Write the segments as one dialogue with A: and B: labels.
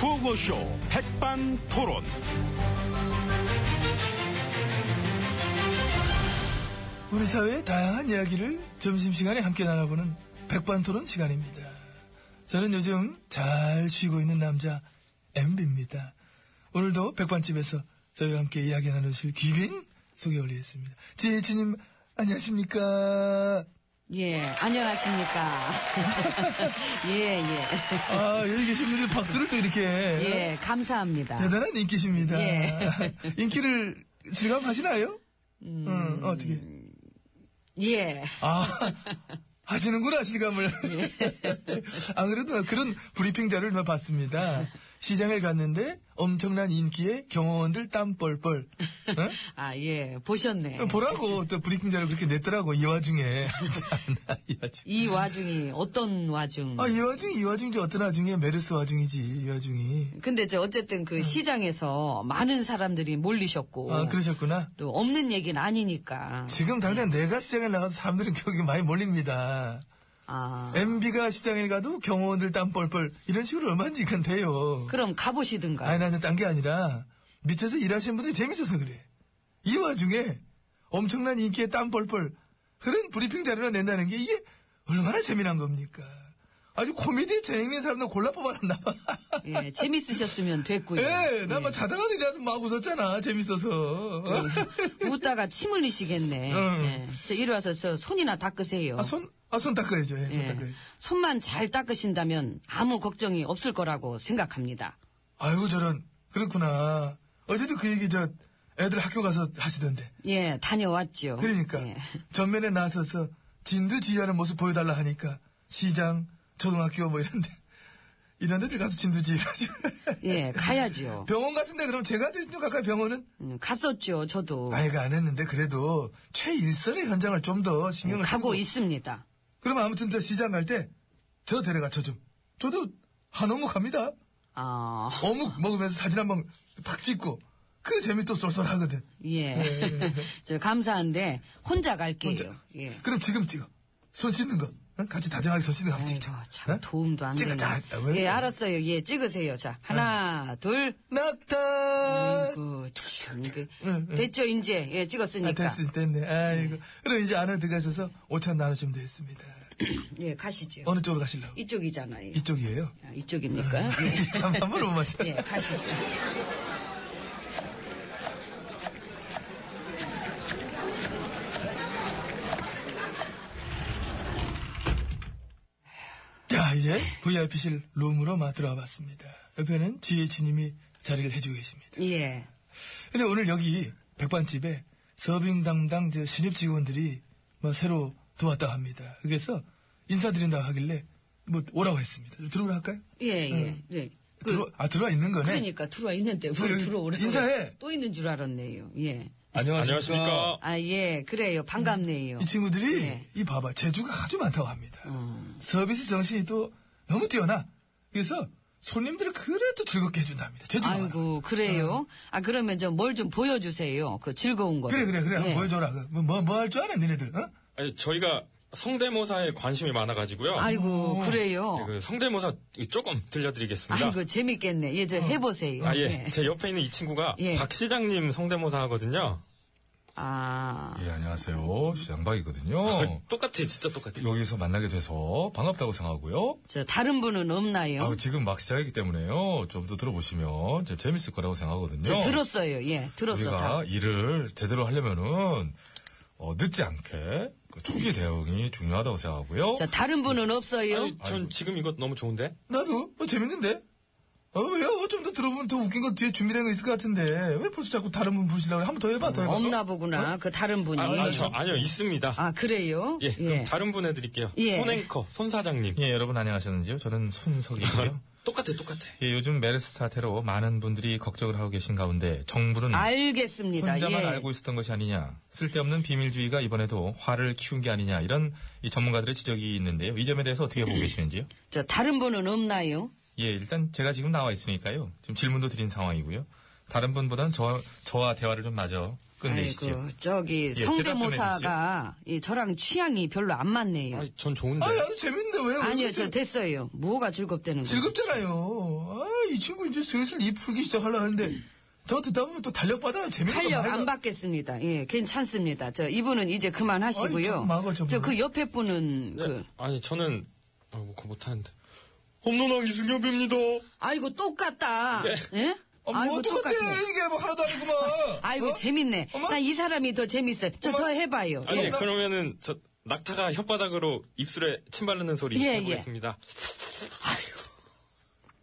A: 구호쇼 백반 토론.
B: 우리 사회의 다양한 이야기를 점심시간에 함께 나눠보는 백반토론 시간입니다. 저는 요즘 잘 쉬고 있는 남자 MB입니다. 오늘도 백반집에서 저희와 함께 이야기 나누실 귀빈 소개 올리겠습니다. 지혜진님 안녕하십니까?
C: 예, 안녕하십니까. 예, 예.
B: 아 여기 계신 분들 박수를 또 이렇게
C: 예, 감사합니다.
B: 대단한 인기십니다.
C: 예.
B: 인기를 실감하시나요? 음, 어떻게?
C: 예.
B: 아, 하시는구나, 실감을. 안 그래도 그런 브리핑 자료를 몇 봤습니다. 시장을 갔는데 엄청난 인기에 경호원들 땀 뻘뻘. 어?
C: 아, 예. 보셨네.
B: 보라고 또 브리핑 자료를 그렇게 냈더라고, 이 와중에. 참나, 이 와중에.
C: 이 와중이 어떤 와중.
B: 아, 이 와중이, 이 와중이지, 어떤 와중이야. 메르스 와중이지, 이 와중이.
C: 근데 저 어쨌든 그 시장에서 많은 사람들이 몰리셨고.
B: 아, 그러셨구나.
C: 또 없는 얘기는 아니니까.
B: 지금 당장 내가 시장에 나가도 사람들은 거기 많이 몰립니다.
C: 아.
B: MB가 시장에 가도 경호원들 땀 뻘뻘. 이런 식으로 얼마인지 그건 돼요.
C: 그럼 가보시든가.
B: 아니, 나는 딴 게 아니라, 밑에서 일하시는 분들이 재밌어서 그래. 이 와중에, 엄청난 인기에 땀 뻘뻘, 그런 브리핑 자료를 낸다는 게 이게 얼마나 재미난 겁니까? 아주 코미디 재능있는 사람들 골라 뽑아놨나봐.
C: 예, 재밌으셨으면 됐고요.
B: 예,
C: 예.
B: 나막 자다가도 일어나서 막 웃었잖아, 재밌어서.
C: 웃다가 침 흘리시겠네.
B: 응.
C: 예. 저 이리 와서 저 손이나 닦으세요.
B: 어. 아, 손, 아, 손 닦아야죠. 예, 손
C: 예.
B: 닦아야죠.
C: 손만 잘 닦으신다면 아무 걱정이 없을 거라고 생각합니다.
B: 아이고, 저런. 그렇구나. 어제도 그 얘기 저, 애들 학교 가서 하시던데.
C: 예, 다녀왔죠.
B: 그러니까
C: 예.
B: 전면에 나서서 진두지휘하는 모습 보여달라 하니까 시장, 초등학교 뭐 이런데 이런 데들 가서 진두지휘하죠.
C: 예, 가야죠.
B: 병원 같은데 그럼 제가 대신 좀 가까이 병원은
C: 음, 갔었죠, 저도.
B: 아이가 안 했는데 그래도 최일선의 현장을 좀 더 신경을
C: 예, 가고
B: 쓰고.
C: 있습니다.
B: 그러면 아무튼 저 시장 갈 때 저 데려가 저 좀. 저도 한옥목 갑니다.
C: 아,
B: 어묵 먹으면서 사진 한번 팍 찍고 그 재미 또 쏠쏠하거든.
C: 예. 저 감사한데 혼자 갈게요.
B: 네. 혼자.
C: 예.
B: 그럼 지금 찍어. 손 씻는 거. 어? 같이 다정하게 손 씻는 거 한번
C: 아이고,
B: 찍자.
C: 참
B: 어?
C: 도움도 안
B: 찍어,
C: 되네.
B: 자, 왜? 아.
C: 예, 알았어요. 예, 찍으세요. 자, 하나, 둘.
B: 낙타.
C: 아이고, 참, 이게.
B: 응, 응.
C: 됐죠, 이제. 예,
B: 아,
C: 찍었으니까.
B: 됐어, 됐네. 아이고. 그럼 이제 안으로 들어가셔서 5천 나눠주면 되겠습니다.
C: 예, 가시죠.
B: 어느 쪽으로 가실래요?
C: 이쪽이잖아요.
B: 이쪽이에요. 어.
C: 아, 이쪽입니까? 예.
B: 한 번으로 못 맞춰.
C: 예, 가시죠.
B: 자, 이제 VIP실 룸으로 막 들어와 봤습니다. 옆에는 GH님이 자리를 해주고 계십니다.
C: 예.
B: 근데 오늘 여기 백반집에 서빙 담당 저 신입 직원들이 뭐 새로 들어왔다 합니다. 그래서 인사드린다고 하길래 뭐 오라고 했습니다. 들어오라 할까요?
C: 예, 예.
B: 응.
C: 네. 그,
B: 들어, 아, 들어와 있는 거네?
C: 그러니까 들어와 있는데 왜
B: 여기
C: 들어오라고.
B: 인사해.
C: 또 있는 줄 알았네요. 예.
A: 안녕하십니까.
C: 아, 예. 그래요. 반갑네요.
B: 이 친구들이
C: 예.
B: 이 봐봐 재주가 아주 많다고 합니다.
C: 음.
B: 서비스 정신이 또 너무 뛰어나. 그래서 손님들을 그래도 즐겁게 해준답니다. 재주가 많아.
C: 아이고, 그래요. 아, 그러면 좀 뭘 좀 보여주세요. 그 즐거운 거.
B: 어. 그래 그래 그래 한번
C: 예.
B: 보여줘라. 뭐뭐 할 줄 아는 니네들. 어?
D: 아니, 저희가 성대모사에 관심이 많아가지고요.
C: 아이고,
B: 어.
C: 그래요.
D: 네, 그 성대모사 조금 들려드리겠습니다.
C: 아이고, 재밌겠네. 예, 저
B: 어.
C: 해보세요.
D: 아, 예. 제 옆에 있는 이 친구가
C: 예.
D: 박 시장님 성대모사 하거든요.
C: 아,
E: 예, 안녕하세요. 시장박이거든요.
D: 똑같아, 진짜 똑같아.
E: 여기서 만나게 돼서 반갑다고 생각하고요.
C: 저 다른 분은 없나요?
E: 아우, 지금 막 시작이기 때문에요. 좀 더 들어보시면 제 재밌을 거라고 생각하거든요.
C: 저 들었어요. 예, 들었어.
B: 그러니까
C: 다.
E: 우리가 일을 제대로 하려면은 어, 늦지 않게 그 초기 대응이 중요하다고 생각하고요.
C: 저 다른 분은 없어요.
D: 아니, 전 지금 이거 너무 좋은데?
B: 나도 어, 재밌는데. 어 왜요? 좀 더 들어보면 더 웃긴 거 뒤에 준비된 거 있을 것 같은데 왜 벌써 자꾸 다른 분 부르시려고 그래? 한번 더 해봐 더 해봐.
C: 없나 보구나. 그 다른 분이.
D: 아, 아, 저, 아니요, 있습니다.
C: 아, 그래요?
D: 예, 그럼 다른 분 해드릴게요.
C: 예.
D: 손앵커, 손사장님.
E: 예, 여러분 안녕하셨는지요? 저는 손석이고요.
D: 똑같아, 똑같아.
E: 예, 요즘 메르스 사태로 많은 분들이 걱정을 하고 계신 가운데 정부는
C: 알겠습니다.
E: 음. 혼자만
C: 예.
E: 알고 있었던 것이 아니냐, 쓸데없는 비밀주의가 이번에도 화를 키운 게 아니냐 이런 이 전문가들의 지적이 있는데요. 이 점에 대해서 어떻게 보고
C: 음.
E: 계시는지요?
C: 저 다른 분은 없나요?
E: 예, 일단 제가 지금 나와 있으니까요. 지금 질문도 드린 상황이고요. 다른 분보다는 저, 저와 대화를 좀 마저 끝내시죠.
C: 아이고, 저기
E: 대답
C: 성대모사가 이 저랑 취향이 별로 안 맞네요.
D: 아니, 전 좋은데.
B: 아니, 아주 재밌는데 왜요?
C: 아니요,
B: 왜
C: 저 됐어요. 뭐가 즐겁다는 거예요?
B: 즐겁잖아요. 아, 이 친구 이제 슬슬 입 풀기 시작하려 하는데 더 듣다 보면 또 달력받아 재미가
C: 탄력
B: 많이
C: 안
B: 나-
C: 받겠습니다. 예, 괜찮습니다. 저 이분은 이제
B: 아이,
C: 그만하시고요.
B: 좀 막아, 좀
C: 저 그
B: 막아.
C: 옆에 분은
D: 네,
C: 그
D: 아니, 저는, 아, 뭐, 그거 못하는데. 홈런왕 이승엽입니다.
C: 아이고 똑같다. 예?
B: 아, 뭐 똑같아. 이게 뭐 하나도 아니구만.
C: 아이고
B: 어?
C: 재밌네.
B: 어머?
C: 난 이 사람이 더 재밌어. 저 더
B: 어머?
C: 해봐요.
D: 아니,
C: 예.
D: 그러면은, 저, 낙타가 혓바닥으로 입술에 침 바르는 소리
C: 예,
D: 해보겠습니다.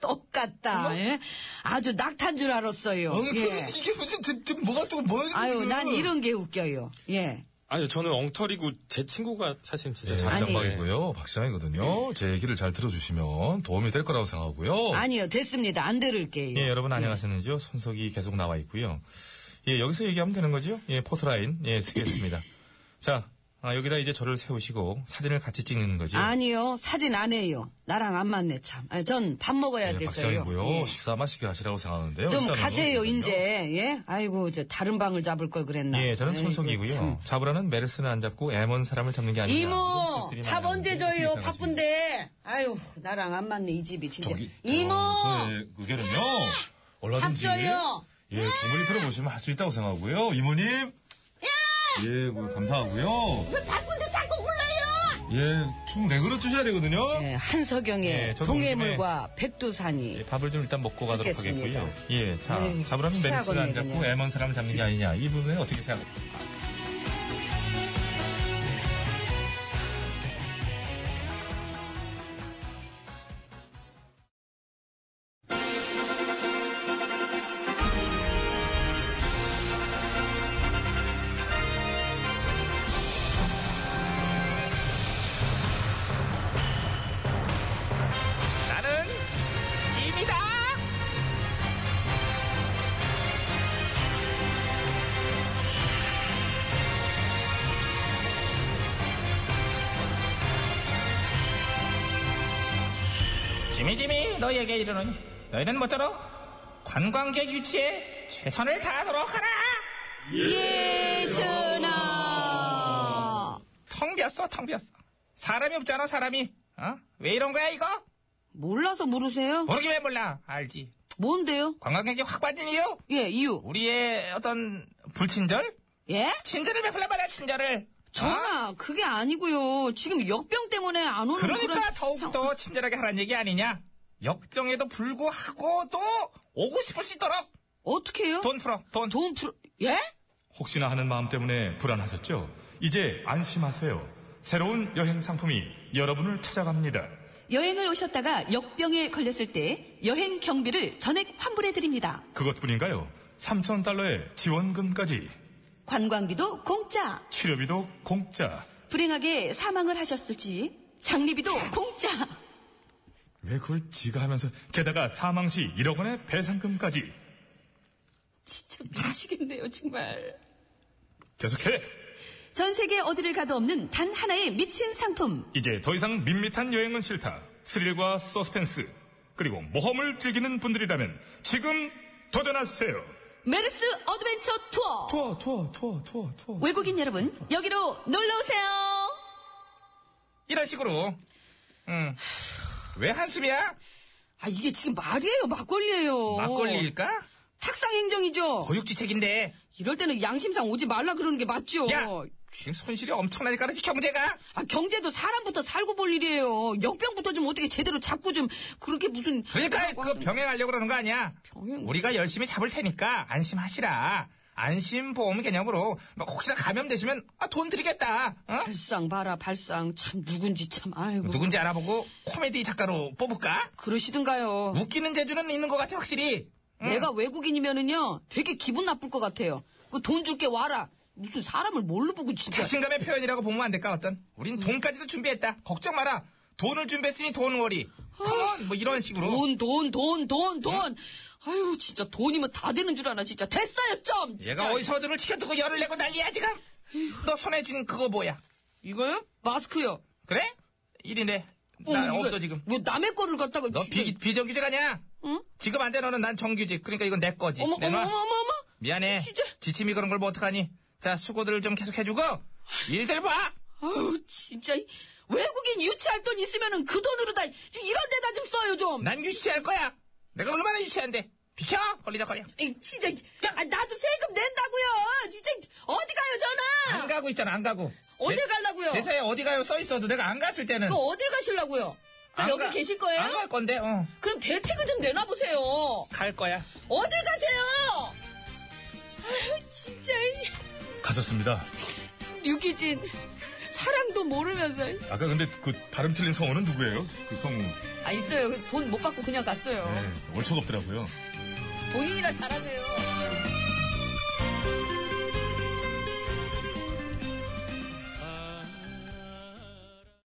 C: 똑같다. 예? 아주 낙탄 줄 알았어요.
B: 엉터리
C: 예.
B: 이게 무슨 지- 지금 뭐가 또 뭐야 이게
C: 아유,
B: 지금.
C: 난 이런 게 웃겨요. 예.
D: 아니, 저는 엉터리고, 제 친구가 사실 진짜
E: 네,
D: 잘한다.
E: 박상박이고요. 박시장이거든요. 제 얘기를 잘 들어주시면 도움이 될 거라고 생각하고요.
C: 아니요, 됐습니다. 안 들을게요.
E: 어. 예, 여러분 안녕하셨는지요? 손석이 계속 나와 있고요. 예, 여기서 얘기하면 되는 거지요? 예, 포트라인 예, 쓰겠습니다. 자, 아, 여기다 이제 저를 세우시고 사진을 같이 찍는 거죠.
C: 아니요, 사진 안 해요. 나랑 안 맞네, 참. 전 밥 먹어야
E: 예,
C: 됐어요.
E: 박시장이고요.
C: 예.
E: 식사 맛있게 하시라고 생각하는데요.
C: 좀
E: 일단은
C: 가세요,
E: 그러거든요.
C: 이제. 예? 아이고, 저 다른 방을 잡을 걸 그랬나.
E: 예, 저는
C: 아이고, 참.
E: 손석이고요. 네, 잡으라는 메르스는 안 잡고 애먼 사람을 잡는 게 아니라.
C: 이모, 밥
E: 네,
C: 언제 줘요? 바쁜데. 아유, 나랑 안 맞네, 이 집이 진짜. 예, 이모!
E: 저의 의견은요. 얼마든지.
C: 밥 줘요.
E: 예, 충분히 들어보시면 할 수 있다고 생각하고요. 이모님. 예, 뭐 감사하고요. 바쁜데 자꾸 불러요. 예, 총 네 그릇 주셔야 되거든요.
C: 예, 한석영의
E: 예, 저도
C: 동해물과 백두산이.
E: 예, 밥을 좀 일단 먹고 가도록
C: 듣겠습니다.
E: 하겠고요. 예, 자,
C: 아유,
E: 잡으라는 메르스를 안
C: 최악이네,
E: 잡고
C: 그냥.
E: 애먼 사람을 잡는 게 아니냐. 이 부분에 어떻게 생각하세요?
F: 지미지미 너희에게 이르노니 너희는 모쪼록 관광객 유치에 최선을 다하도록 하라
C: 예, 전하!
F: 텅 비었어 텅 비었어 사람이 없잖아 사람이 어? 왜 이런 거야 이거?
C: 몰라서 물으세요?
F: 모르긴 왜 몰라 알지
C: 뭔데요?
F: 관광객이 확 빠진 이유
C: 예, 이유.
F: 우리의 어떤 불친절?
C: 예?
F: 친절을 베풀란 말이야 친절을
C: 음,
F: 어?
C: 전하, 그게 아니고요. 지금 역병 때문에 안 오는
F: 그러니까
C: 그런
F: 더욱더 친절하게 하란 얘기 아니냐 역병에도 불구하고 또 오고 싶을 수 있도록
C: 어떻게 해요?
F: 돈 풀어 돈
C: 돈 풀, 예?
E: 혹시나 하는 마음 때문에 불안하셨죠? 이제 안심하세요. 새로운 여행 상품이 여러분을 찾아갑니다.
G: 여행을 오셨다가 역병에 걸렸을 때 여행 경비를 전액 환불해 드립니다.
E: 그것뿐인가요? 3,000달러의 지원금까지,
G: 관광비도 공짜.
E: 치료비도 공짜.
G: 불행하게 사망을 하셨을지 장리비도 공짜.
E: 왜 그걸 지가 하면서, 게다가 사망 시 1억 원의 배상금까지.
G: 진짜 미치겠네요, 정말.
E: 계속해!
G: 전 세계 어디를 가도 없는 단 하나의 미친 상품.
E: 이제 더 이상 밋밋한 여행은 싫다. 스릴과 서스펜스, 그리고 모험을 즐기는 분들이라면 지금 도전하세요!
G: 메르스 어드벤처 투어.
E: 투어, 투어, 투어, 투어, 투어.
G: 외국인 여러분, 여기로 놀러 오세요.
F: 이런 식으로 음. 왜 한숨이야?
C: 아, 이게 지금 말이에요? 막걸리예요.
F: 막걸리일까?
C: 탁상행정이죠?
F: 고육지책인데
C: 이럴 때는 양심상 오지 말라 그러는 게 맞죠?
F: 야! 지금 손실이 엄청나게 까르지 경제가
C: 아, 경제도 사람부터 살고 볼 일이에요. 역병부터 좀 어떻게 제대로 잡고 좀 그렇게 무슨
F: 그러니까 그 병행하려고 그러는 거 아니야
C: 병행?
F: 우리가 열심히 잡을 테니까 안심하시라 안심보험 개념으로 막 혹시나 감염되시면 아, 돈 드리겠다 어?
C: 발상 봐라 발상 참 누군지 참 아이고
F: 누군지 알아보고 코미디 작가로 뽑을까?
C: 그러시든가요.
F: 웃기는 재주는 있는 것 같아 확실히
C: 내가 외국인이면은요 되게 기분 나쁠 것 같아요. 그 돈 줄게 와라. 무슨 사람을 뭘로 보고 진짜.
F: 자신감의 표현이라고 보면 안 될까 어떤
C: 음.
F: 우린 돈까지도 준비했다 걱정 마라 돈을 준비했으니 돈월이 컴온 뭐 이런 식으로
C: 어. 돈, 돈, 돈, 돈, 돈. 아유, 진짜 돈이면 다 되는 줄 아나, 진짜. 됐어요, 좀! 진짜.
F: 얘가 어디서 눈을 치켜두고 열을 내고 난리야 지금 너 손에 쥔 그거 뭐야
C: 이거요? 마스크요.
F: 그래? 1인데
E: 난
C: 이거
E: 없어 지금.
C: 왜 남의 거를 갖다가
E: 너
C: 진짜-
E: 비, 비정규직 아니야?
C: 응?
E: 지금 안 돼 너는 난 정규직. 그러니까 이건 내 거지.
C: 어머 어머
E: 내놔.
C: 어머 어머 어머
E: 미안해.
C: 진짜?
E: 지침이 그런 걸 뭐 어떡하니? 자 수고들을 좀 계속 해주고 일들 봐.
C: 아우 진짜 이 외국인 유치할 돈 있으면은 그 돈으로 다 지금 이런 데다 좀 써요 좀.
E: 난 유치할 거야. 내가 얼마나 유치한데? 비켜 걸리적거려.
C: 에이, 진짜 아, 나도 세금 낸다고요. 진짜 어디 가요 전화?
E: 안 가고 있잖아 안 가고.
C: 어딜
E: 대-
C: 가려고요?
E: 대사에 어디 가요 써 있어도 내가 안 갔을 때는.
C: 그럼 어딜 가실라고요? 나
E: 안
C: 여기
E: 가-
C: 계실 거예요?
E: 안 갈 건데 어.
C: 그럼 대책을 좀 내놔 보세요.
E: 갈 거야.
C: 어딜 가세요? 아유 진짜 이
D: 가졌습니다.
C: 유기진 사랑도 모르면서
D: 아까 근데 그 발음 틀린 성우는 누구예요? 그 성우. 네,
C: 아
E: 네.
C: 있어요. 돈 못 받고 그냥 갔어요.
D: 월척 없더라고요.
C: 본인이라 잘하세요.